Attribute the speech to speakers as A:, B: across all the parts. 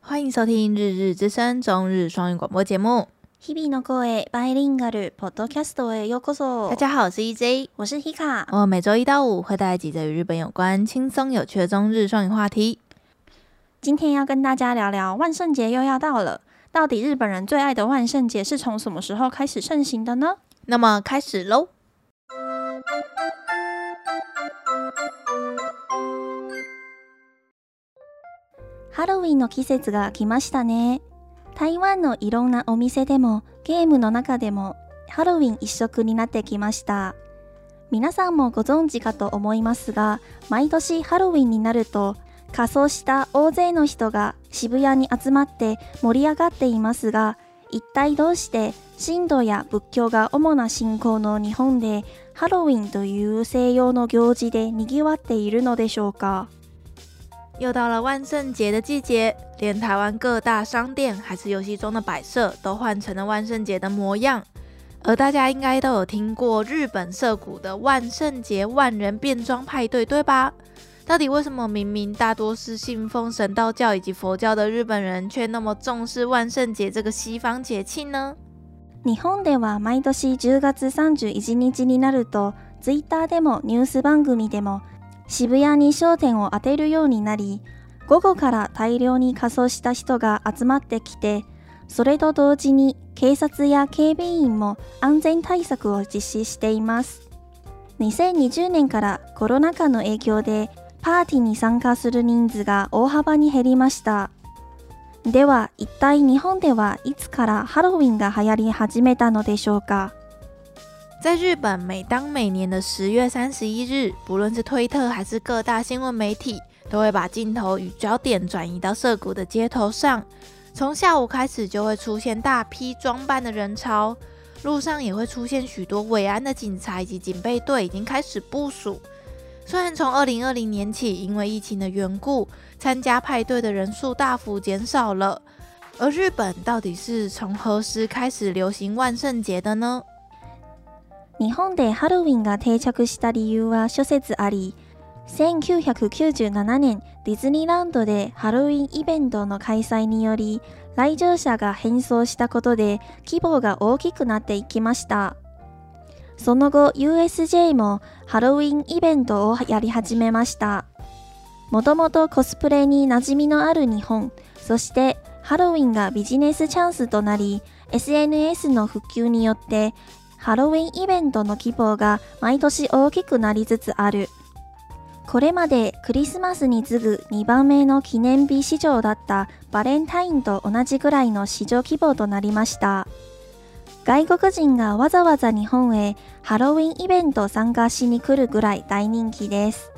A: 欢迎收听《日日之声》中日双语广播节目。
B: 日々の声バイリンガルポッドキャストへようこそ。
A: 大，家好，我是 E EJ。
B: 我是 Hika。
A: 我哦每周一到五会带来几则与日本有关、轻松有趣的中日双语话题。
B: 今天要跟大家聊聊万圣节又要到了，到底日本人最爱的万圣节是从什么时候开始盛行的呢？
A: 那么开始喽！
B: ハロウィンの季節が来ましたね。台湾のいろんなお店でもゲームの中でもハロウィン一色になってきました。皆さんもご存知かと思いますが、毎年ハロウィンになると仮装した大勢の人が渋谷に集まって盛り上がっていますが、一体どうして神道や仏教が主な信仰の日本でハロウィンという西洋の行事で賑わっているのでしょうか
A: 又到了万圣节的季节，连台湾各大商店还是游戏中的摆设都换成了万圣节的模样。而大家应该都有听过日本涩谷的万圣节万人变装派对，对吧？到底为什么明明大多是信奉神道教以及佛教的日本人，却那么重视万圣节这个西方节气呢？
B: 日本では毎年10月31日になるとツイッターでもニュース番組でも渋谷に焦点を当てるようになり午後から大量に仮装した人が集まってきてそれと同時に警察や警備員も安全対策を実施しています2020年からコロナ禍の影響でパーティーに参加する人数が大幅に減りましたでは一体日本ではいつからハロウィンが流行り始めたのでしょうか
A: 在日本，每当每年的十月三十一日，不论是推特还是各大新闻媒体，都会把镜头与焦点转移到涩谷的街头上。从下午开始，就会出现大批装扮的人潮，路上也会出现许多维安的警察以及警备队，已经开始部署。虽然从二零二零年起，因为疫情的缘故，参加派对的人数大幅减少了，而日本到底是从何时开始流行万圣节的呢？
B: 日本でハロウィンが定着した理由は諸説あり1997年ディズニーランドでハロウィンイベントの開催により来場者が変装したことで規模が大きくなっていきましたその後 USJ もハロウィンイベントをやり始めましたもともとコスプレに馴染みのある日本そしてハロウィンがビジネスチャンスとなり SNS の普及によってハロウィンイベントの規模が毎年大きくなりつつある。これまでクリスマスに次ぐ2番目の記念日市場だったバレンタインと同じくらいの市場規模となりました。外国人がわざわざ日本へハロウィンイベント参加しに来るぐらい大人気です。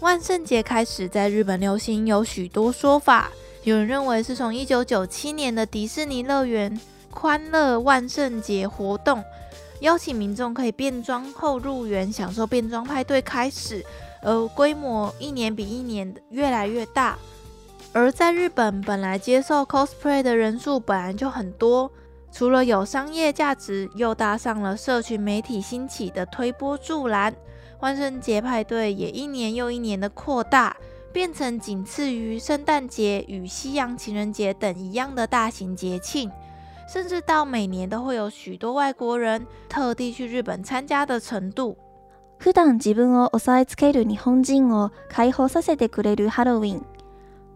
A: 万圣节开始在日本流行有许多说法，有人认为是从一九九七年的迪士尼乐园欢乐万圣节活动，邀请民众可以变装后入园享受变装派对开始，而规模一年比一年越来越大。而在日本，本来接受 cosplay 的人数本来就很多，除了有商业价值，又搭上了社群媒体兴起的推波助澜。万圣节派对也一年又一年的扩大，变成仅次于圣诞节与西洋情人节等一样的大型节庆，甚至到每年都会有许多外国人特地去日本参加的程度。
B: 普段自分を押さえつける日本人を解放させてくれるハロウィン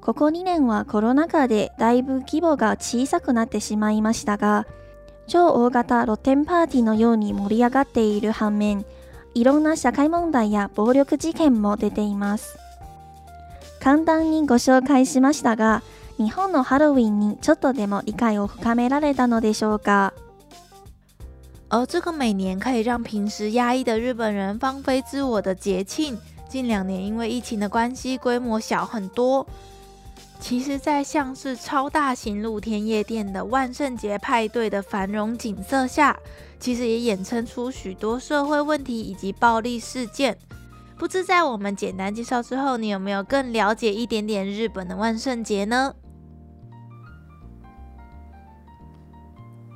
B: ここ2年はコロナ禍でだいぶ規模が小さくなってしまいましたが超大型露天パーティーのように盛り上がっている反面いろんな社会問題や暴力事件も出ています簡単にご紹介しましたが日本のハロウィンにちょっとでも理解を深められたのでしょうか
A: 而这个每年可以让平时压抑的日本人放飞自我的节庆，近两年因为疫情的关系，规模小很多。其实，在像是超大型露天夜店的万圣节派对的繁荣景色下，其实也衍生出许多社会问题以及暴力事件。不知在我们简单介绍之后，你有没有更了解一点点日本的万圣节呢？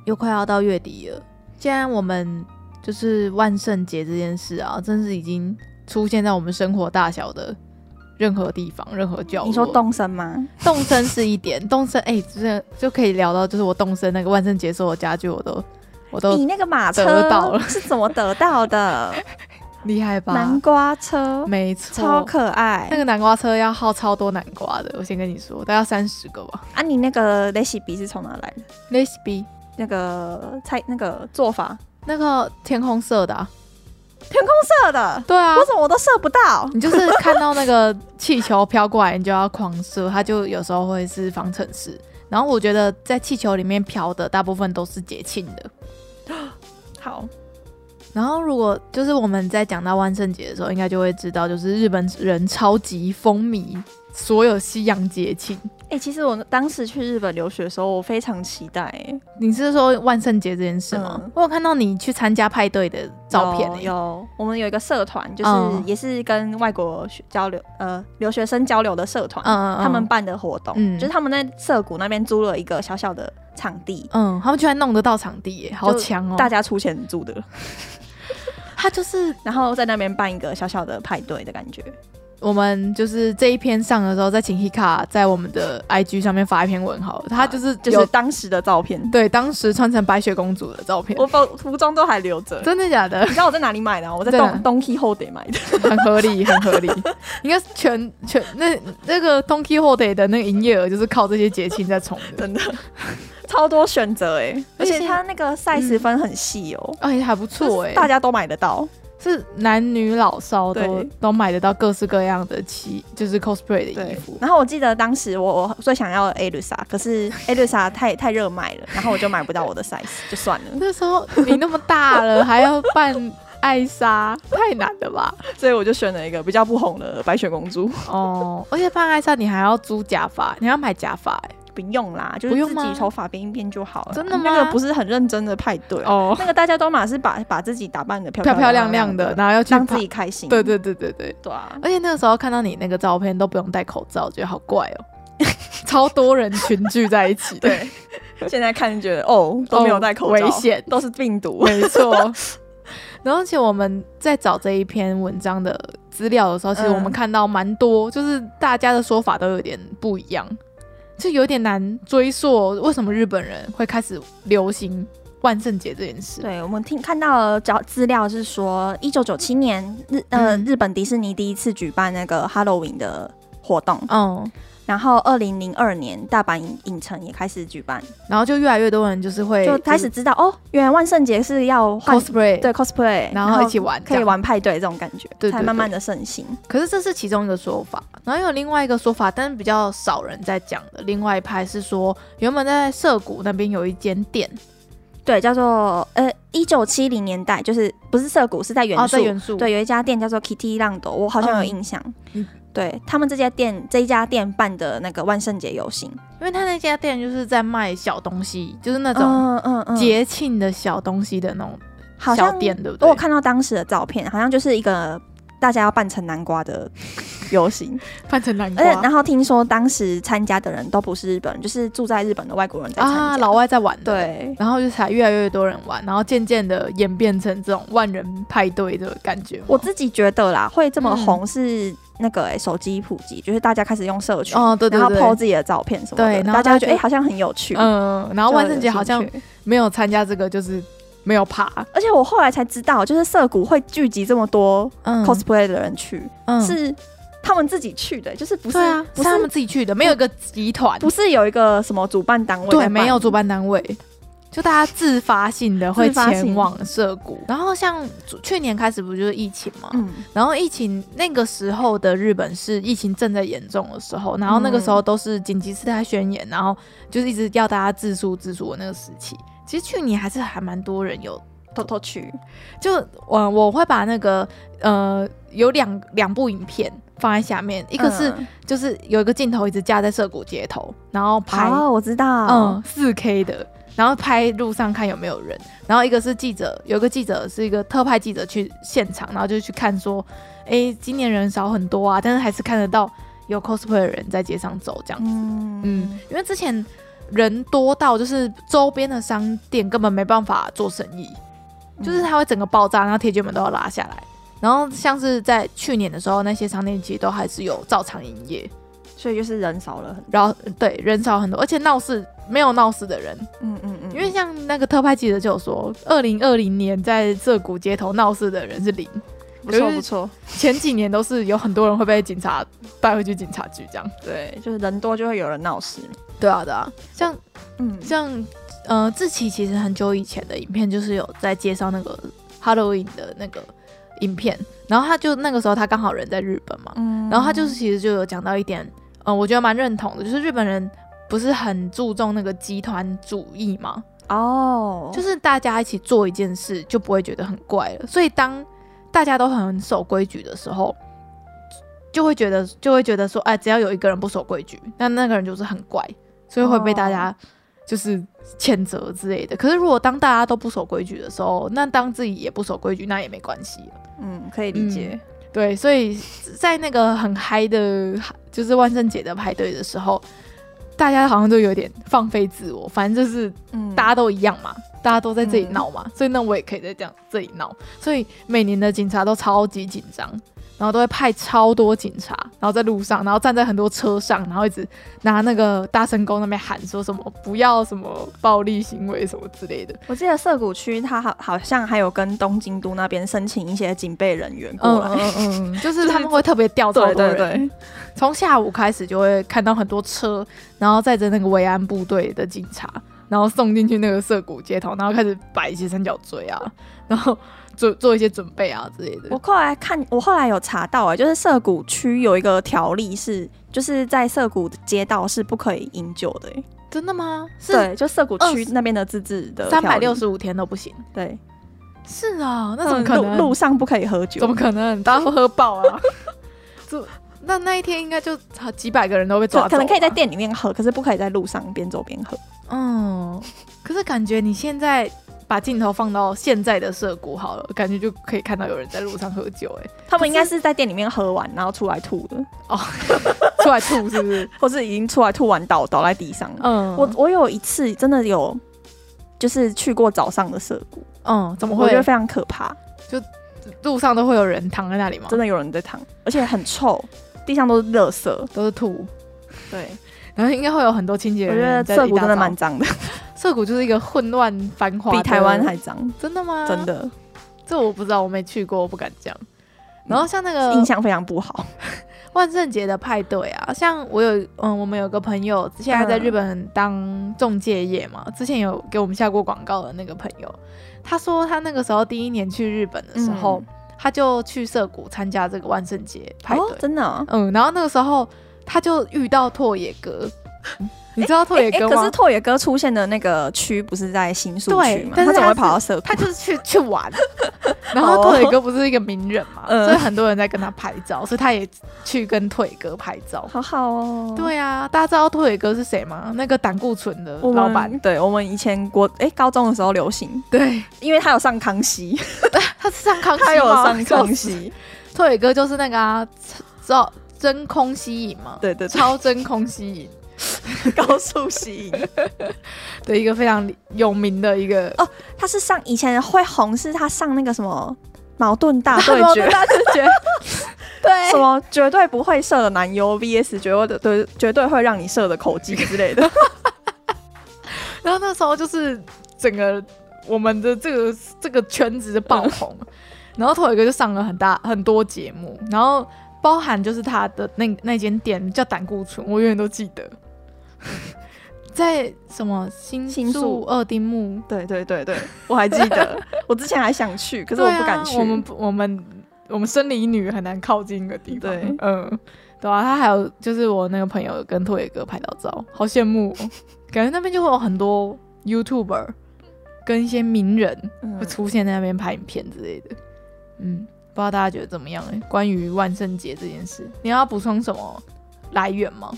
A: 又快要到月底了，既然我们就是万圣节这件事啊，真是已经出现在我们生活大小的任何地方、任何角落。
B: 你说动身吗？
A: 动身是一点，动身哎，真的就可以聊到，就是我动身那个万圣节所有家具，我都我
B: 你
A: 都
B: 那个马
A: 得到
B: 车
A: 了
B: 是怎么得到的？
A: 厉害吧
B: 南？瓜车，
A: 没错，
B: 超可爱
A: 那。个南瓜车要耗超多南瓜的，我先跟你说，大概三十个吧。
B: 啊，你那个 recipe 是从哪来的？
A: l e s b
B: 那个菜那个做法，
A: 那个天空色的、啊，
B: 天空色的，
A: 对啊
B: 为，什么我都射不到？
A: 你就是看到那个气球飘过来，你就要狂射，它就有时候会是方程式。然后我觉得在气球里面飘的大部分都是节庆的。
B: 好，
A: 然后如果就是我们在讲到万圣节的时候，应该就会知道，就是日本人超级风靡所有西洋节庆。
B: 哎、其实我当时去日本留学的时候，我非常期待、欸、
A: 你是说万圣节这件事吗？
B: 嗯
A: 我有看到你去参加派对的照片、
B: 有
A: 欸，
B: 有，我们有一个社团，就是
A: 嗯
B: 也是跟外国学交流，呃，留学生交流的社团，
A: 嗯嗯嗯
B: 他们办的活动，
A: 嗯
B: 就是他们在涩谷那边租了一个小小的场地，
A: 嗯，他们居然弄得到场地、耶，好强哦！
B: 大家出钱租的，
A: 他就是
B: 然后在那边办一个小小的派对的感觉。
A: 我们就是这一篇上的时候，再请 Hika 在我们的 IG 上面发一篇文好了，
B: 啊
A: 他就是
B: 就
A: 有
B: 是当时的照片，
A: 对当时穿成白雪公主的照片，
B: 我包服装都还留着。
A: 真的啊假的
B: 你？知道我在哪里买的吗？啊我在
A: 在哪
B: 东东 key 后得买的。
A: 很合理，很 合理。应该是全全那那个 d o n k e y h o d e 的那个营业额就是靠这些节庆在冲的，
B: 真的超多选 择哎、
A: 而
B: 而
A: 且
B: 且它那个 size 分很细哦、
A: 哎、还不错
B: 就
A: 哎、
B: 是大家都买得到。
A: 是男女老少都
B: 对
A: 都买得到各式各样的旗，就是 cosplay 的衣服。
B: 然后我记得当时我我最想要 Elisa，可是 Elisa 太太热卖了，然后我就买不到我 的 size，就算了，
A: 那时候你那么大了，还要扮艾莎， 太难了吧？
B: 所以我就选了一个比较不红的白雪公主。
A: 哦，而且扮艾莎你还要租假发，你还要买假发、欸，
B: 不用啦，就是
A: 不用
B: 自
A: 吗
B: 己头发编一编就好了。
A: 真的吗
B: 那个不是很认真的派对哦。
A: 哦，
B: 那个大家都嘛是把把自己打扮的漂
A: 漂漂亮
B: 亮
A: 亮的，
B: 的，
A: 然后要去
B: 让自
A: 拍
B: 己开心。
A: 对对对对对。
B: 对啊，
A: 而且那个时候看到你那个照片都不用戴口罩，我觉得好怪哦， 超多人群聚在一起，，
B: 对。现在看觉得哦都没有戴口罩，
A: 危 险，
B: 都是病毒。
A: 没错。然后，而且我们在找这一篇文章的资料的时候，其实
B: 嗯
A: 我们看到蛮多，就是大家的说法都有点不一样，就有点难追溯为什么日本人会开始流行万圣节这件事。
B: 对，我们听看到了找资料是说，一九九七年日呃、
A: 嗯
B: 日本迪士尼第一次举办那个 Halloween 的活动，
A: 嗯，
B: 然后二零零二年大阪影影城也开始举办，
A: 然后就越来越多人就是会
B: 就开始知道哦，原来万圣节是要换
A: cosplay，
B: 对 cosplay，
A: 然后一起玩
B: 可
A: 这
B: 以
A: 样
B: 玩派对这种感觉，
A: 对对
B: 才慢慢的盛行。
A: 可是这是其中一个说法，然后有另外一个说法，但是比较少人在讲的。另外一派是说，原本在涩谷那边有一间店，
B: 对，叫做呃一九七零年代，就是不是涩谷，是在元
A: 哦，
B: 素。
A: 在元素，
B: 对，有一家店叫做 Kitty 浪斗，我好像有
A: 嗯
B: 印象。
A: 嗯
B: 对他们这家店，这一家店办的那个万圣节游行，
A: 因为他那家店就是在卖小东西，就是那
B: 那
A: 种
B: 嗯嗯
A: 节庆的小东西的那种
B: 好像
A: 小店，对不
B: 我
A: 对
B: 有？看到当时的照片，好像就是一个大家要扮成南瓜 的游行，
A: 扮成南
B: 而且
A: 瓜
B: 然后听说当时参加的人都不是日本人，就是住在日本的外国人在参加。
A: 啊，老外在玩的。。
B: 对，
A: 然后就才越来越多人玩，然后渐渐的演变成这种万人派对的感觉吗。
B: 我自己觉得啦，会这么
A: 嗯
B: 红是那个、欸、手机普及，就是大家开始用社群，
A: 哦，对对
B: 然
A: 对，
B: 后 PO 自己的照片什么
A: 对
B: 的，
A: 然后
B: 大家会觉得哎、
A: 大家就
B: 欸好像很有趣。
A: 嗯，然后
B: 就有
A: 万圣节好
B: 兴
A: 像
B: 趣
A: 没有参加这个，就是没有爬，
B: 而且我后来才知道，就是涩谷会聚集这么多
A: 嗯
B: cosplay 的人去，
A: 嗯
B: 是他们自己去的，就是不是、
A: 对啊，是
B: 不
A: 他
B: 是
A: 们自己去的，没有一个集团，
B: 不是有一个什么主办单位在
A: 对，
B: 办
A: 没有主办单位，就大家自发性的会
B: 自发性
A: 前往涉谷。然后像去年开始不就是疫情嘛，
B: 嗯，
A: 然后疫情那个时候的日本是疫情正在严重的时候，然后那个时
B: 嗯
A: 候都是紧急事态宣言，然后就是一直要大家自述自述的那个时期。其实去年还是还蛮多人有
B: 偷偷去，
A: 就我我会把那个呃有两两部影片放在下面，一
B: 一
A: 个是就是有一个镜头一直架在涩谷街头，然后拍
B: 哦，我知道，
A: 嗯四 K 的，然后拍路上看有没有人，然后一个是记者，有一个记者是一个特派记者去现场，然后就去看说，诶，今年人少很多啊，但是还是看得到有 cosplay 的人在街上走这样子，
B: 嗯
A: 嗯，因为之前人多到就是周边的商店根本没办法做生意，就是它会整个爆炸，然后铁卷门都要拉下来。然后像是在去年的时候，那些商店其实都还是有照常营业，
B: 所以就是人少了很多。
A: 然后对人少很多，而且闹事没有闹事的人，
B: 嗯嗯嗯，
A: 因为像那个特派记者就有说，二零二零年在涩谷街头闹事的人是零，
B: 不错
A: 就是
B: 不错，
A: 前几年都是有很多人会被警察带回去警察局这样。
B: 对，就是人多就会有人闹事。
A: 对啊，对啊，像
B: 嗯，
A: 像呃，志奇其实很久以前的影片就是有在介绍那个 Halloween 的那个影片，然后他就那个时候他刚好人在日本嘛，
B: 嗯
A: 然后他就是其实就有讲到一点，嗯、我觉得蛮认同的，就是日本人不是很注重那个集团主义嘛，
B: 哦，
A: 就是大家一起做一件事就不会觉得很怪了，所以当大家都很守规矩的时候。就会觉得，就会觉得说，哎，只要有一个人不守规矩，那那个人就是很怪，所以会被大
B: 哦
A: 家就是谴责之类的。可是如果当大家都不守规矩的时候，那当自己也不守规矩，那也没关系。
B: 嗯，可以理解。
A: 对，所以在那个很嗨的，就是万圣节的派对的时候，大家好像就有点放飞自我，反正就是
B: 嗯，
A: 大家都一样嘛，大家都在这里闹嘛，所以那我也可以在这样这里闹。所以每年的警察都超级紧张，然后都会派超多警察，然后在路上，然后站在很多车上，然后一直拿那个大声公那边喊说什么不要什么暴力行为什么之类的。
B: 我记得涩谷区，它好好像还有跟东京都那边申请一些警备人员过
A: 嗯
B: 来。
A: 嗯嗯，就是他们会特别调超
B: 对
A: 多
B: 对
A: 人，
B: 对，
A: 从下午开始就会看到很多车，然后载着那个维安部队的警察，然后送进去那个涩谷街头，然后开始摆一些三角锥啊，然后做做一些准备啊之类的。
B: 我后来看，我后来有查到、哎，就是涩谷区有一个条例是，就是在涩谷街道是不可以饮酒的、哎
A: 真的吗？是
B: 对，就涩谷区
A: 20
B: 那边的自治的条
A: 三
B: 例
A: 百六，十五天都不行。
B: 对，
A: 是啊，那怎么
B: 嗯
A: 可能？
B: 路路上不可以喝 酒？
A: 怎么可能？大家都喝爆啊！ 这那那一天应该就几百个人都被抓走吧
B: 可可能可以在店里面喝，可是不可以在路上边走边喝。
A: 嗯，可是感觉你现在把镜头放到现在的涩谷好了，感觉就可以看到有人在路上喝酒、 欸，
B: 他们应该是在店里面喝完，然后出来吐的，
A: 出来吐是不是？
B: 或是已经出来吐完倒倒在地上。
A: 嗯，
B: 我我有一次真的有，就是去过早上的涩谷，
A: 嗯，怎么
B: 我
A: 会
B: 觉？得非常可怕，
A: 路上都会有人躺在那里吗？
B: 真的有人在躺，而且很臭，地上都是垃圾。
A: 都是吐，
B: 对，
A: 然后应该会有很多清洁
B: 我觉
A: 人
B: 得
A: 员在
B: 涩
A: 一
B: 谷
A: 大
B: 真的
A: 早
B: 蛮脏的，
A: 涩谷就是一个混乱繁华的，
B: 比台湾还脏，
A: 真的吗？
B: 真，的嗯
A: 这我不知道，我没去过，我不敢讲。然后像那个
B: 印象非常不好。
A: 万圣节的派对啊，像我有嗯，我们有个朋友现在在
B: 嗯
A: 日本当中介业嘛，之前有给我们下过广告的那个朋友，他说他那个时候第一年去日本的
B: 嗯
A: 时候，他就去涩谷参加这个万圣节派对，
B: 哦，真的哦、
A: 嗯，然后那个时候他就遇到拓野哥，你知道拓野
B: 欸
A: 哥
B: 可
A: 吗？
B: 是拓野哥出现的那个区不是在新宿区
A: 对
B: 吗？
A: 但是
B: 他怎
A: 他
B: 么会
A: 是
B: 跑到涩谷？
A: 他就是去去 玩，然后拓野哥不是一个名人嘛，
B: 哦嗯
A: 所以很多人在跟他拍照，所以他也去跟拓野哥拍照。
B: 好好哦。
A: 对啊，大家知道拓野哥是谁吗？那个胆固醇的
B: 我们，
A: 老板。
B: 对我们以前国哎、高中的时候流行，
A: 对，
B: 因为他有上康熙，
A: 他是上康熙吗
B: 他有上康。
A: 笑死
B: 熙，
A: 拓野哥就是那个啊，超真空吸引嘛，
B: 对对对，
A: 超真空吸引
B: 高速吸引。
A: 的一个非常有名的一个
B: 他是上以前会红，是他上那个什么矛盾大对
A: 矛盾
B: 决，
A: 大对决。对
B: 什么绝对不会射的男优 VS 绝对对绝对会让你射的口技之类的。
A: 然后那时候就是整个我们的这个这个圈子就爆红，然后头一个就上了很大很多节目，然后包含就是他的那那间店叫胆固醇，我永远都记得， 在什么新
B: 新
A: 宿
B: 宿
A: 二丁目，
B: 对对对对，我还记 得，我之前还想去，可是我不敢
A: 对
B: 去。
A: 啊我们不我们我们生理女很难靠近一个地方，
B: 对
A: 嗯，对啊，他还有就是我那个朋友跟拓野哥拍到照，好羡慕、 哦，感觉那边就会有很多 YouTuber 跟一些名人。
B: 嗯
A: 会出现在那边拍影片之类的。嗯，不知道大家觉得怎么样、欸？关于万圣节这件事，你要补充什么来源吗？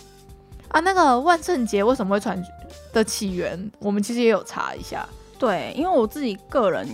A: 啊，那个万圣节为什么会传的起源，我们其实也有查一下。
B: 对，因为我自己个人，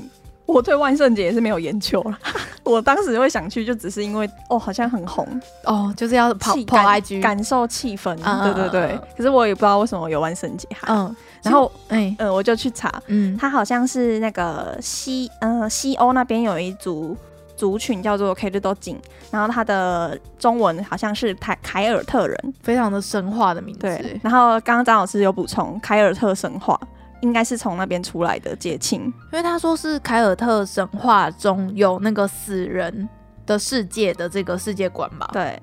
B: 我对万圣节也是没有研究了。 我当时会想去，就只是因为哦，好像很红，
A: 哦，就是要跑
B: 气
A: 跑
B: 感
A: IG，
B: 感受气氛。
A: 嗯
B: 对对
A: 嗯
B: 对
A: 嗯嗯。
B: 可是我也不知道为什么有万圣节哈。
A: 嗯，
B: 然后
A: 哎、
B: 嗯，我就去查，
A: 嗯，
B: 它好像是那个西呃西欧那边有一组族群叫做 k e r d o j i n 然后它的中文好像是凯凯尔特人，
A: 非常的神话的名字。
B: 对。然后刚刚张老师有补充，凯尔特神话应该是从那边出来的节庆，
A: 因为他说是凯尔特神话中有那个死人的世界的这个世界观吧？
B: 对，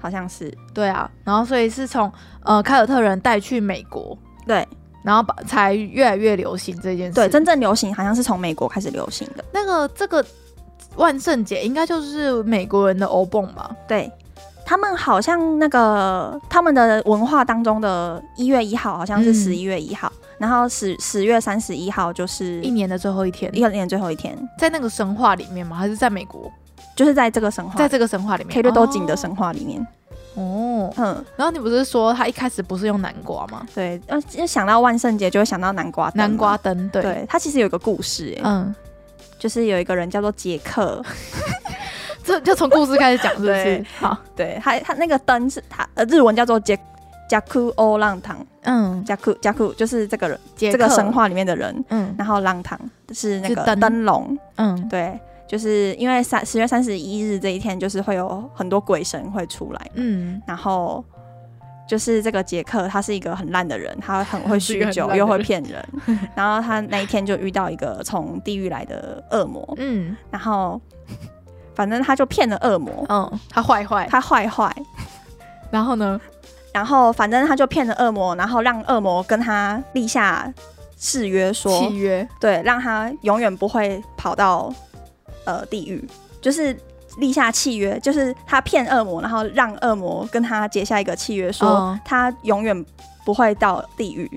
B: 好像是
A: 对啊，然后所以是从呃凯尔特人带去美国，
B: 对
A: 然后把才越来越流行这件事。
B: 对，真正流行好像是从美国开始流行的，
A: 那个这个万圣节应该就是美国人的欧蹦吧？
B: 对。他们好像那个他们的文化当中的一月一号好像是
A: 嗯
B: 十一月一号，然后十十月三十一号就是
A: 一年的最后嗯一天，
B: 一年最后一天，
A: 在那个神话里面吗？还是在美国？
B: 就是在这个神话，
A: 在这个神话里面
B: K 六都井的神话里面，
A: 哦。
B: 嗯，
A: 然后你不是说他一开始不是用南瓜吗？
B: 对，呃，就想到万圣节就会想到南瓜灯嘛
A: 南瓜，灯，对，
B: 对，它其实有一个故事、哎、
A: 嗯，
B: 就是有一个人叫做杰克，
A: 这就从故事开始讲，是不是
B: 对？
A: 好，
B: 对他，他那个灯是他呃日文叫做杰加库欧浪堂，
A: 嗯，
B: 加库加库就是这个人，
A: 杰
B: 这个
A: 克
B: 神，话里面的人，
A: 嗯
B: 然后浪堂是那
A: 是
B: 个
A: 灯
B: 灯笼，
A: 嗯
B: 对。就是因为三十月三十一日这一天，就是会有很多鬼神会出来，
A: 嗯，
B: 然后就是这个杰克，他是一个很烂的人，他很会
A: 是一个
B: 酗
A: 很
B: 酒，
A: 烂
B: 又
A: 的
B: 会
A: 人
B: 骗人。然后他那一天就遇到一个从地狱来的恶魔，
A: 嗯
B: 然后反正他就骗了恶魔，
A: 嗯，他坏坏，
B: 哦他坏坏，
A: 然后呢，
B: 然后反正他就骗了恶魔，然后让恶魔跟他立下誓约说
A: 契，约，
B: 对，让他永远不会跑到呃地狱，就是。立下契约，就是他骗恶魔，然后让恶魔跟他结下一个契约，说
A: 嗯
B: 他永远不会到地狱，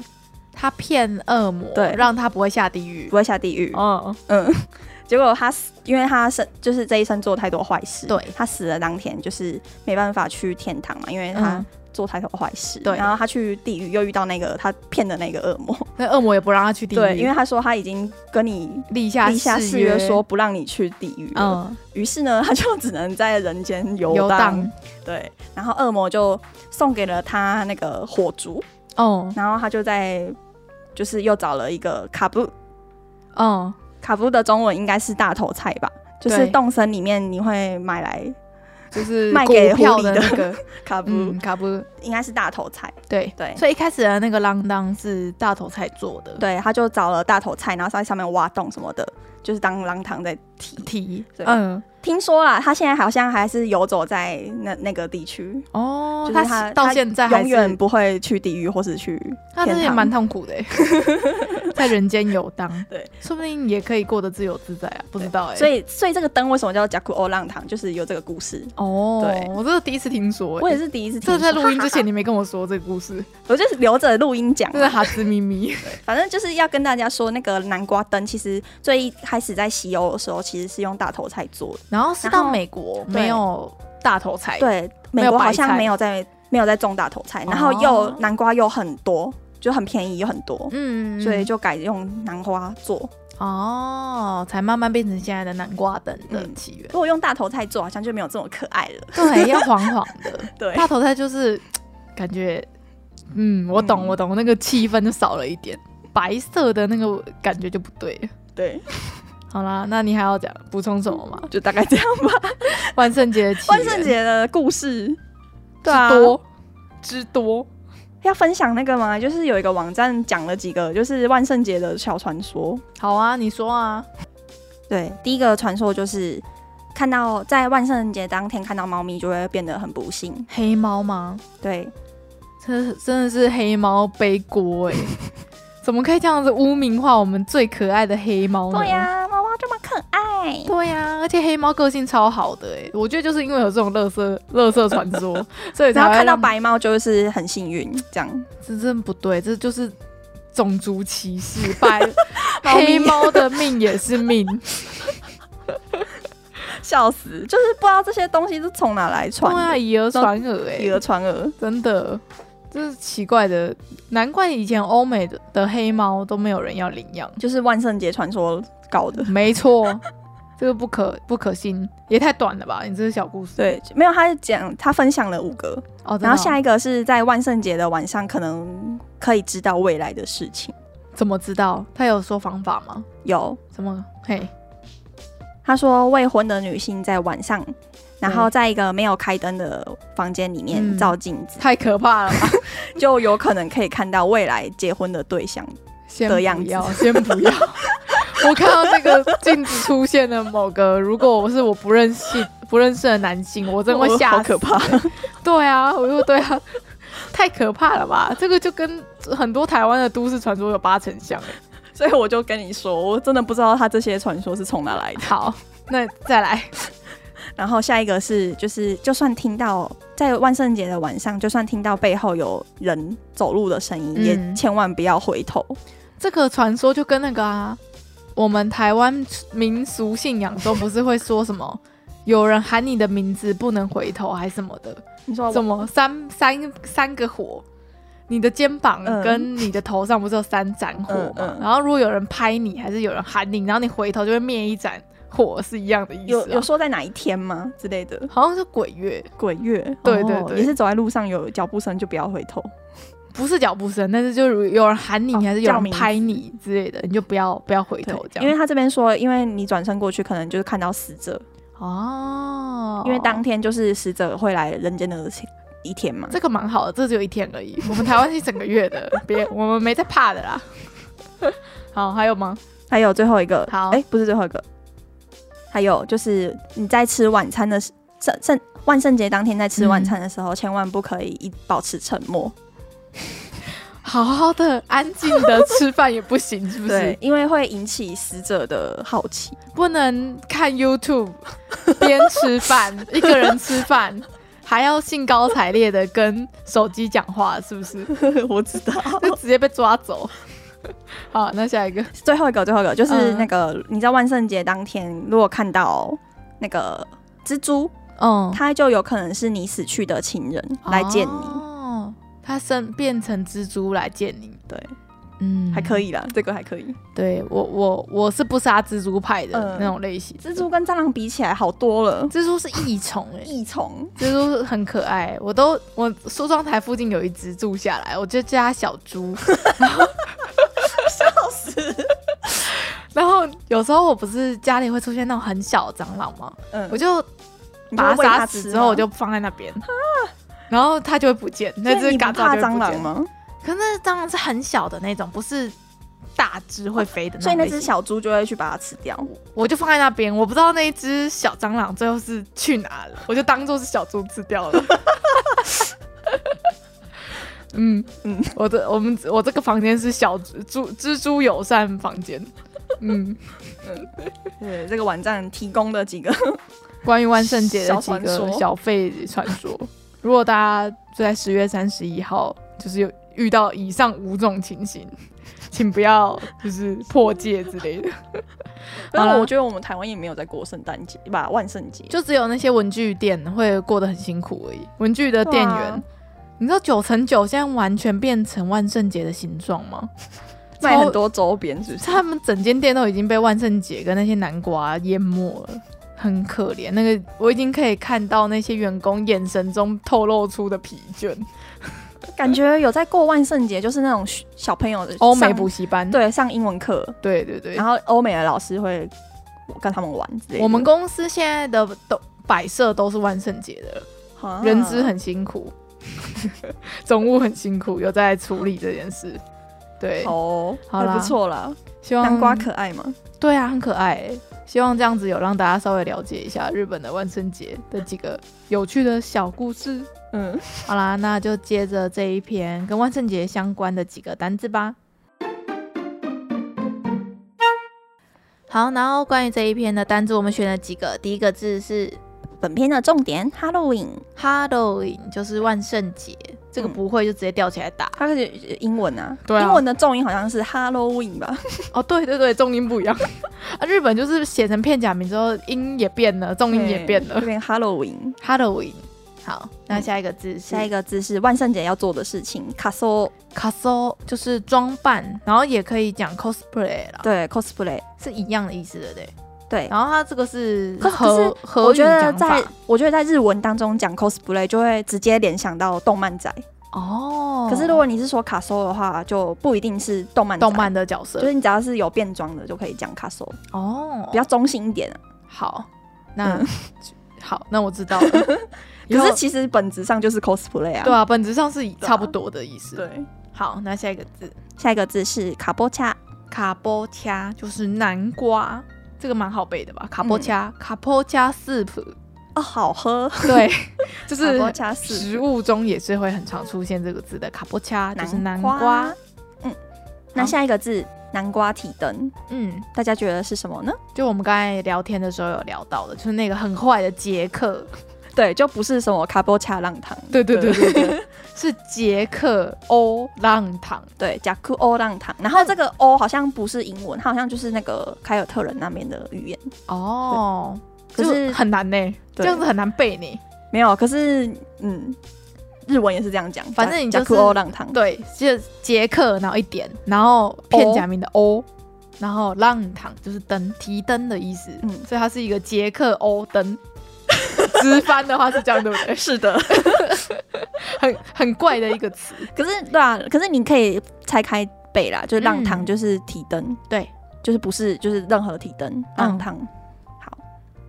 A: 他骗恶魔，
B: 对
A: 让他不会下地狱
B: 不，会下地狱。
A: 哦，
B: 嗯， 结果他死，因为他生就是这一生做太多坏事，
A: 对
B: 他死了当天就是没办法去天堂嘛，因为他
A: 嗯
B: 做太多坏事。
A: 对
B: 然后他去地狱又遇到那个他骗的那个恶魔，
A: 那恶魔也不让他去地狱，
B: 对，因为他说他已经跟你
A: 立下
B: 立下誓约
A: 约
B: 说，不让你去地狱了，
A: 嗯，
B: 于是呢，他就只能在人间呃游
A: 游
B: 荡
A: 荡。，
B: 对，然后恶魔就送给了他那个火烛，
A: 哦
B: 然后他就在就是又找了一个卡布
A: 哦，
B: 卡夫的中文应该是大头菜吧，就是
A: 对
B: 动森里面你会买来
A: 就是
B: 卖给
A: 股票
B: 狐狸
A: 的
B: 的
A: 那个，
B: 卡夫，
A: 嗯，卡布，
B: 应该是大头菜。
A: 对
B: 对
A: 所以一开始的那个浪当是大头菜做的，，
B: 对，他就找了大头菜，然后在上面挖洞什么的，就是当狼堂在提。
A: 提，
B: 对
A: 嗯，
B: 听说啦，他现在好像还是游走在那那个地区，
A: 哦，
B: 就是他
A: 到现在还是
B: 永远不会去地狱或是去
A: 那真的
B: 天
A: 也
B: 堂
A: 蛮痛苦的欸， 在人间游荡，
B: 对，
A: 说不定也可以过得自由自在啊，不知道哎。
B: 所
A: 以
B: 以，所以这个灯为什么叫贾库欧浪堂，就是有这个故事。
A: 哦，
B: 对
A: 我这是第一次听说欸，
B: 我也是第一次听
A: 这
B: 说，
A: 在录音 之前你没跟我说这个故事，
B: 我就是留着录音讲嘛。啊
A: 这是哈兹咪咪。
B: 反正就是要跟大家说，那个南瓜灯其实最一开始在西欧的时候，其实是用大头菜做的。
A: 然后是
B: 然
A: 到
B: 后
A: 美国
B: 对
A: 没有大头菜，，
B: 对，
A: 没
B: 美
A: 有
B: 国
A: 白
B: 好像
A: 菜
B: 没有在没有在种大头菜，然后
A: 哦
B: 又、南瓜又很多，就很便宜又很多，
A: 嗯，
B: 所以就改用南瓜做。
A: 哦，才慢慢变成现在的南瓜灯的
B: 嗯
A: 起源。
B: 如果用大头菜做，好像就没有这么可爱了。
A: 对，要黄黄 的，
B: 对，
A: 大头菜就是感觉，嗯，我懂，
B: 嗯
A: 我懂，那个气氛就少了一点，白色的那个感觉就不对了。
B: 对，
A: 好啦，那你还要讲补充什么吗？
B: 就大概这样吧。
A: 万圣节的起源，
B: 嗯万圣节的故事，
A: 之
B: 对啊
A: 多之多，
B: 要分享那个吗？就是有一个网站讲了几个，就是万圣节的小传说。
A: 好啊，你说啊，
B: 对，第一个传说就是看到在万圣节当天看到猫咪就会变得很不幸。
A: 黑猫吗？
B: 对，
A: 这真的是黑猫背锅 哎、怎么可以这样子污名化我们最可爱的黑猫呢？
C: 对呀、猫猫这么可爱。
A: 对呀、而且黑猫个性超好的哎、我觉得就是因为有这种乐色乐色传 说，所以才
B: 然后
A: 会
B: 看到
A: 让
B: 白猫就是很幸运，这样
A: 这真不对，这就是种族歧 视。白
B: 猫咪
A: 黑猫的命也是命，
B: 笑死，就是不知道这些东西是从哪来
A: 对
B: 传
A: 啊，
B: 的，
A: 以讹传讹
B: 以讹
A: 哎，
B: 传讹。
A: 真的，这是奇怪的，难怪以前欧美的的黑猫都没有人要领养。
B: 就是万圣节传说搞的。
A: 没 错，这个不可不可信，也太短了吧？你这是小故事
B: 对，没有，他是讲他分享了五个，
A: 哦。
B: 然后下
A: 一
B: 一个是在万圣节的晚上，可能可以知道未来的事情。
A: 怎么知道？他有说方法吗？
B: 有，
A: 怎么？嘿，
B: 他说，未婚的女性在晚上，然后
A: 对
B: 在一个没有开灯的房间里面
A: 嗯
B: 照镜子，
A: 太可怕了 吧！
B: 就有可能可以看到未来结婚的对象。
A: 先
B: 的
A: 不
B: 样子
A: 要，先不要。 我看到那个镜子出现的某个，如果我是我不认识不认识的男性，我真的会
B: 哦
A: 吓死、
B: 好可怕！
A: 对啊，我说对啊， 太可怕了吧？这个就跟很多台湾的都市传说有八成像欸。
B: 所以我就跟你说，我真的不知道他这些传说是从哪来的。
A: 好，那再来，
B: 然后下一个是，就是就算听到在万圣节的晚上，就算听到背后有人走路的声音，
A: 嗯
B: 也千万不要回头。
A: 这个传说就跟那个啊，我们台湾民俗信仰中不是会说什么有人喊你的名字不能回头还是什么的，
B: 你说
A: 什么三三三个火，你的肩膀
B: 嗯
A: 跟你的头上不是有三盏火吗？
B: 嗯嗯
A: 然后如果有人拍你，还是有人喊你，然后你回头就会灭一盏火，是一样的意思、
B: 有
A: 啊。
B: 有说在哪一天吗？之类的
A: 好像是鬼月，
B: 鬼月，
A: 对对
B: 哦
A: 对
B: 也是走在路上有脚步声就不要回头。
A: 不是脚步声，但是就是有人喊你，
B: 哦
A: 还是有
B: 叫
A: 人
B: 名字
A: 拍你之类的，你就不要不要回
B: 对
A: 头这，样。
B: 因为他这边说，因为你转身过去，可能就是看到死者，
A: 哦，
B: 因为当天就是死者会来人间的一天嘛。
A: 这个蛮好的，这只有一天而已。我们台湾是一整个月的，别我们没在怕的啦。 好，还有吗？
B: 还有最后一个，
A: 好
B: 哎、不是最后一个，还有就是你在吃晚餐的时，圣圣万圣节当天在吃
A: 嗯
B: 晚餐的时候，千万不可以一保持沉默，
A: 好好的、安静的吃饭也不行，是不
B: 对
A: 是？，
B: 因为会引起死者的好 奇。
A: 不能看 YouTube 边吃饭，一个人吃 饭，还要兴高采烈的跟手机讲话，是不是？
B: 我知道，
A: 就直接被抓 走。好，那下一个，
B: 最后一个，最后一个就是
A: 嗯
B: 那个、你在万圣节当天，如果看到那个蜘蛛，
A: 嗯，
B: 它就有可能是你死去的亲人来见你。
A: 哦，他身变成蜘蛛来见你，
B: 对，
A: 嗯，
B: 还可。以啦，这个还可以。
A: 对我我我是不杀蜘蛛派的
B: 嗯
A: 那种类型，
B: 蜘蛛跟蟑螂比起来好多了，
A: 蜘蛛是异虫哎、
B: 异虫。
A: 蜘蛛很可爱，我都我梳妆台附近有一只住下来，我就叫它小猪，笑死。然后有时候我不是家里会出现那种很小的蟑螂吗？
B: 嗯
A: 我就
B: 你就
A: 把
B: 喂
A: 它杀死
B: 吃
A: 之后，我
B: 吗
A: 就放在那边，然后它就会不见，那
B: 所以
A: 只
B: 你不
A: 嘎瘩
B: 怕
A: 就会
B: 蟑
A: 不
B: 螂
A: 见。嗯
B: 吗？
A: 可是那蟑螂是很小的那种，不是大只会飞的那
B: 所以
A: 种
B: 那
A: 类型。
B: 只小猪就会去把它吃掉。
A: 我就放在那边，我不知道那一只小蟑螂最后是去哪了，我就当做是小猪吃掉了。嗯嗯
B: 嗯，
A: 我的我们我这个房间是小蜘蛛蜘蛛友善房间。嗯，
B: 对，这个网站提供的几个，
A: 关于万圣节的几
B: 小传
A: 个
B: 说
A: 小费传说，如果大家就在十月三十一号，就是有遇到以上五种情形，请不要就是破戒之类的，好
B: 但
A: 啦
B: 是我觉得我们台湾也没有在过圣诞节吧，万圣节。
A: 就只有那些文具店会过得很辛苦而已。文具的店
B: 对
A: 员
B: 啊，
A: 你知道九乘九现在完全变成万圣节的形状吗？
B: 卖很多周边，是不是？
A: 他们整间店都已经被万圣节跟那些南瓜淹没了，很可怜。那个我已经可以看到那些员工眼神中透露出的疲倦。
B: 感觉有在过万圣节，就是那种小朋友的
A: 欧美
B: 上
A: 补习班，
B: 对上英文课，
A: 对对对
B: 然后欧美的老师会跟他们玩之类的。
A: 我们公司现在的都摆设都是万圣节的了，
B: 啊
A: 人资很辛苦， 总务很辛苦，有在处理这件事。对，
B: 好哦，
A: 好啦
B: 还不错啦。
A: 希望
B: 南瓜可爱吗？
A: 对啊，很可爱欸。希望这样子有让大家稍微了解一下日本的万圣节的几个有趣的小故事。
B: 嗯，
A: 好啦，那就接着这一篇跟万圣节相关的几个单字吧。好，然后关于这一篇的单字，我们选了几个。第一个字是
B: 本片的重点 Halloween，
A: Halloween，就是万圣节。这个
B: 嗯
A: 不会就直接吊起来打。
B: 它是英文啊，
A: 对啊
B: 英文的重音好像是 Halloween 吧？
A: 哦，对对对，重音不一样。 啊，日本就是写成片假名之后，音也变了，重音也变了
B: 这。边 Halloween。
A: Halloween。好，那下一个字是、
B: 嗯下一个字是万圣节要做的事情，卡索
A: c o s o 就是装扮，然后也可以讲 cosplay 啦，
B: 对 cosplay
A: 是一样的意思的对。
B: 对。
A: 然后它这个是
B: 可可
A: 合
B: 是
A: 啊合
B: 我
A: 语
B: 觉得
A: 讲法
B: 在我觉得在日文当中讲 cosplay 就会直接联想到动漫仔，
A: 哦，
B: 可是如果你是说卡索的话，就不一定是动漫仔
A: 动漫的角
B: 就
A: 色
B: 是你只要是有变装的就可以讲卡索，
A: 哦，
B: 比较中性一点啊。
A: 好，那、
B: 嗯
A: 好，那我知 道了。以
B: 可
A: 后
B: 是其实本质上就是 cosplay 啊。
A: 对啊，本质上是差不多的意思。
B: 对，啊
A: 好，那下一个字
B: 下一个字是卡波恰，
A: 卡波恰就是南瓜，这个蛮好背的吧？卡波恰，
B: 嗯
A: 卡波恰 soup，
B: 哦，好喝，
A: 对，就
B: 卡
A: 是
B: 波恰 soup
A: 食物中也是会很常出现这个字的。卡波恰就是南瓜，
B: 嗯，那下一个字南瓜提灯，
A: 嗯，
B: 大家觉得是什么呢？
A: 就我们刚才聊天的时候有聊到的，就是那个很坏的杰克，
B: 对，就不是什么卡波恰浪糖，
A: 对对对对对，是杰克欧浪糖，
B: 对，甲库欧浪糖。然后这
A: 嗯
B: 个欧好像不是英文，它好像就是那个凯尔特人那边的语言。
A: 哦，
B: 可是
A: 就很难呢、这
B: 对
A: 样子很难背呢。
B: 没有，可是嗯，日文也是这样讲，
A: 反正你就
B: 甲
A: 是
B: 库欧浪糖。
A: 对，就杰克，然后一点，然后片假名的欧，然后浪堂就是灯提灯的意思，
B: 嗯
A: 所以它是一个杰克欧灯。 直翻的话 是这样，对不对？
B: 是的，
A: 很很怪的一个词。
B: 可是对啊，可是你可以拆开背啦，就是浪糖
A: 嗯
B: 就是提灯，
A: 对，嗯
B: 就是不是就是任何提灯浪糖。好，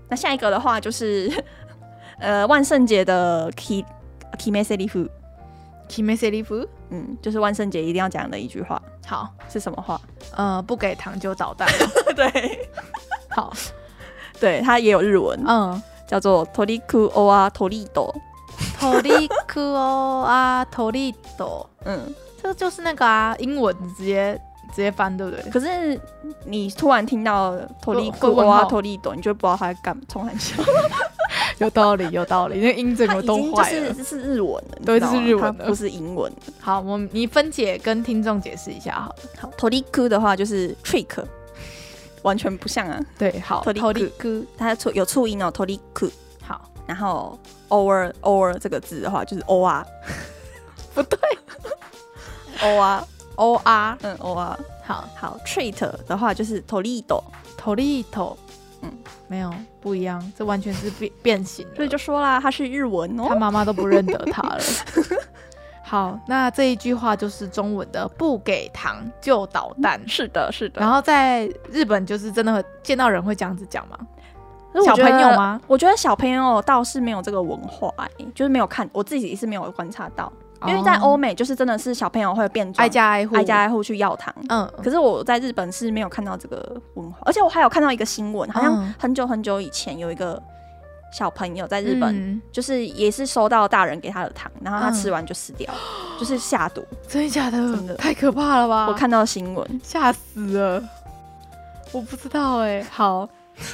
B: 那下一个的话就是 呃万圣节的 key key m e s e l i f
A: Kimi s e l i f
B: 嗯，就是万圣节一定要讲的一句话
A: 好，
B: 是什么 话？
A: 呃，不给糖就捣 蛋。
B: 对，
A: 好，
B: 对，它也有日文，
A: 嗯
B: 叫做 toriku or torido。
A: ，Toriko 啊，Torito，
B: 嗯，
A: 这个就是那个啊，英文直接直接翻，对不对？
B: 可是你突然听到 toriku
A: 会问号
B: or torido，你就不知道他在干嘛，冲很笑。
A: 有道理，有道理，那个音整
B: 它
A: 个
B: 已
A: 都
B: 经就
A: 坏
B: 是
A: 了。
B: 这是日文了，你
A: 对
B: 知道
A: 这是
B: 吗
A: 日文
B: 它
A: 的
B: 不是英文。
A: 好，我们你分解跟听众解释一下好了。
B: 好，toriku 的话就是 trick，完全不像啊，
A: 对，好，
B: Toriku
A: 哥，
B: 它促有促音哦，toriku。
A: 好，
B: 然后 or or 这个字的话就是 o 啊
A: 不 对
B: ，o 啊，
A: ，O R，
B: 嗯 o 啊。
A: 好
B: 好，treat 的话就是 torido。
A: ，Torito，
B: 嗯
A: 没有不一样，这完全是变变形
B: 所
A: 了，
B: 以就说啦，它是日文
A: 他
B: 哦。
A: 妈妈都不认得他 了。好，那这一句话就是中文的“不给糖就捣蛋”，
B: 是的，是的。
A: 然后在日本就是真的会见到人会这样子讲吗？
B: 可是
A: 小
B: 我觉得
A: 朋友？吗？
B: 我觉得小朋友倒是没有这个文化、欸，就是没有看，我自己是没有观察到，因为在欧
A: 哦
B: 美就是真的是小朋友会变装
A: 挨家挨户，
B: 挨家挨户去要糖。
A: 嗯，
B: 可是我在日本是没有看到这个文化，而且我还有看到一个新闻，好像
A: 嗯
B: 很久很久以前有一个小朋友在日本，
A: 嗯
B: 就是也是收到大人给他的糖，然后他
A: 嗯
B: 吃完就死掉， 就是下毒。
A: 真的假的？
B: 真的
A: 太可怕了吧！
B: 我看到新闻，
A: 吓死了，我不知道哎、好，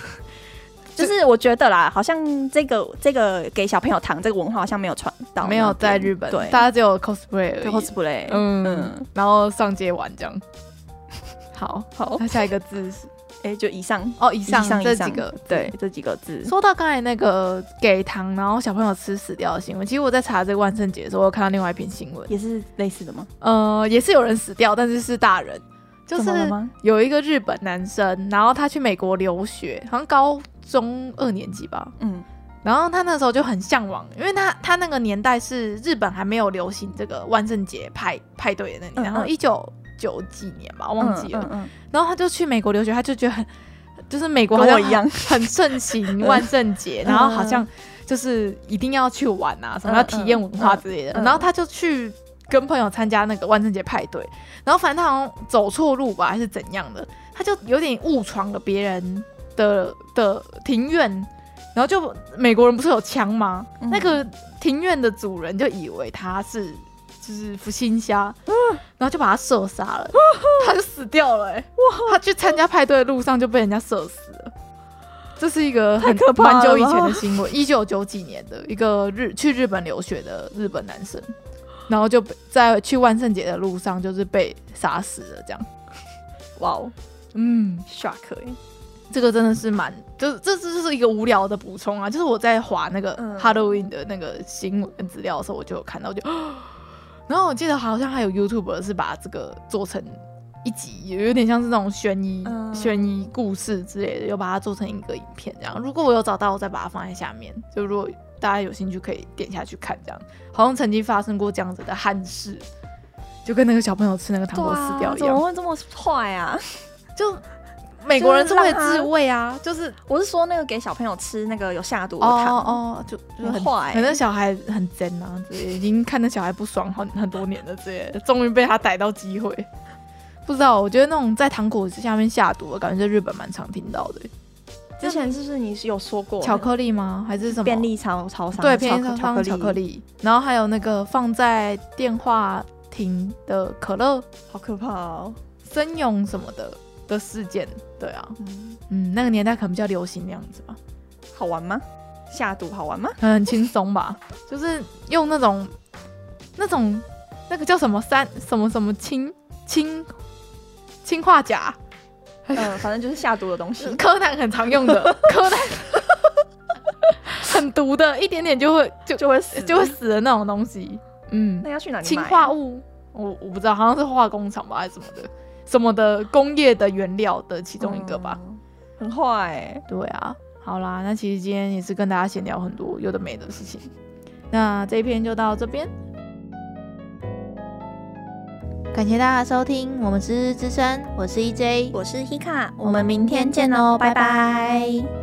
B: 就是我觉得啦，好像这个这个给小朋友糖这个文化好像没有传到那边，
A: 没有在日本，
B: 对，
A: 大家只有 cosplay 而
B: 对
A: 已。
B: cosplay，
A: 嗯，
B: 嗯
A: 然后上街玩这样。好，
B: 好，
A: 那下一个字是
B: 哎、就以上
A: 哦，以
B: 以
A: 上
B: 上
A: 这
B: 以上
A: 几个字
B: 对。这几个字，
A: 说到刚才那个给糖，然后小朋友吃死掉的新闻，其实我在查这个万圣节的时候，我有看到另外一篇新闻，
B: 也是类似的吗？
A: 呃，也是有人死掉，但是是大人，就
B: 怎
A: 是
B: 么了吗？
A: 有一个日本男生，然后他去美国留学，好像高中二年级吧，
B: 嗯，
A: 然后他那时候就很向往，因为他他那个年代是日本还没有流行这个万圣节派派对的那年，
B: 嗯
A: 然后
B: 嗯
A: 一九九几年吧，我忘记了。
B: 嗯嗯
A: 然后他就去美国留学，他就觉得很，就是美国
B: 跟
A: 好像
B: 我一样
A: 很很盛行万圣节，
B: 嗯
A: 然后好像就是一定要去玩啊，什么
B: 嗯
A: 要体验文化之类的。
B: 嗯嗯
A: 然后他就去跟朋友参加那个万圣节派对，然后反正他好像走错路吧，还是怎样的，他就有点误闯了别人的的庭院，然后就美国人不是有枪吗？
B: 嗯
A: 那个庭院的主人就以为他是就是福星虾，
B: 嗯
A: 然后就把他射杀了，他就死掉了、欸。他去参加派对的路上就被人家射死了。这是一个很
B: 太可怕了吧
A: 蛮久以前的新闻，一九九几年的一个日去日本留学的日本男生，然后就被在去万圣节的路上就是被杀死了，这样。
B: 哇哦
A: 嗯，
B: ，shock 哎、
A: 这个真的是蛮，就是这这就是一个无聊的补充啊。就是我在划那个
B: 嗯
A: Halloween 的那个新闻资料的时候，我就有看到，我就， 然后我记得好像还有 YouTube 是把这个做成一集，有点像是那种悬疑、
B: 嗯
A: 悬疑故事之类的，又把它做成一个影片这样。如果我有找到，我再把它放在下面。就如果大家有兴趣，可以点下去看这样。好像曾经发生过这样子的憾事，就跟那个小朋友吃那个糖
B: 对
A: 果
B: 啊
A: 死掉一
B: 怎
A: 样。
B: 么会这么坏啊？
A: 就美国人是为
B: 就是让
A: 了
B: 他
A: 自卫啊，就是
B: 我是说那个给小朋友吃那个有下毒
A: 哦
B: 的糖，
A: 哦，就就
B: 很
A: 很
B: 坏、
A: 可能小孩很真啊，之类的已经看那小孩不爽很很多年了，之类的，终于被他逮到机会。 不知道，我觉得那种在糖果下面下毒的，感觉在日本蛮常听到的。
B: 之前是不是你是有说过
A: 巧克力吗？还是什么？
B: 便利超超商
A: 对，
B: 便
A: 便
B: 利
A: 利
B: 超
A: 超商
B: 商
A: 巧克，力，然后还有那个放在电话亭的可乐、
B: 好可怕哦！
A: 生勇什么的的事件。对啊，
B: 嗯，
A: 嗯，那个年代可能比较流行那样子吧，
B: 好玩吗？下毒好玩 吗？
A: 可能很轻松吧，就是用那种那种那个叫什么三什么什么氰氰氰化钾，。
B: 嗯、反正就是下毒的东西
A: 柯南很常用的，柯南 很毒的，一点点就会就
B: 就会死，
A: 就会死的那种东西。嗯，
B: 那要去哪里买、
A: 氰化物，我我不知道，好像是化工厂吧，还是什么的，什么的工业的原料的其
B: 其
A: 中一个吧。，
B: 哦很坏、欸。
A: 对啊，好啦，那其实今天也是跟大家闲聊很多有的没的事情，那这一篇就到这边。
C: 感谢大家收听，我们是日之声，我是 E EJ，
B: 我是 Hika，
C: 哦我们明天见喽，拜拜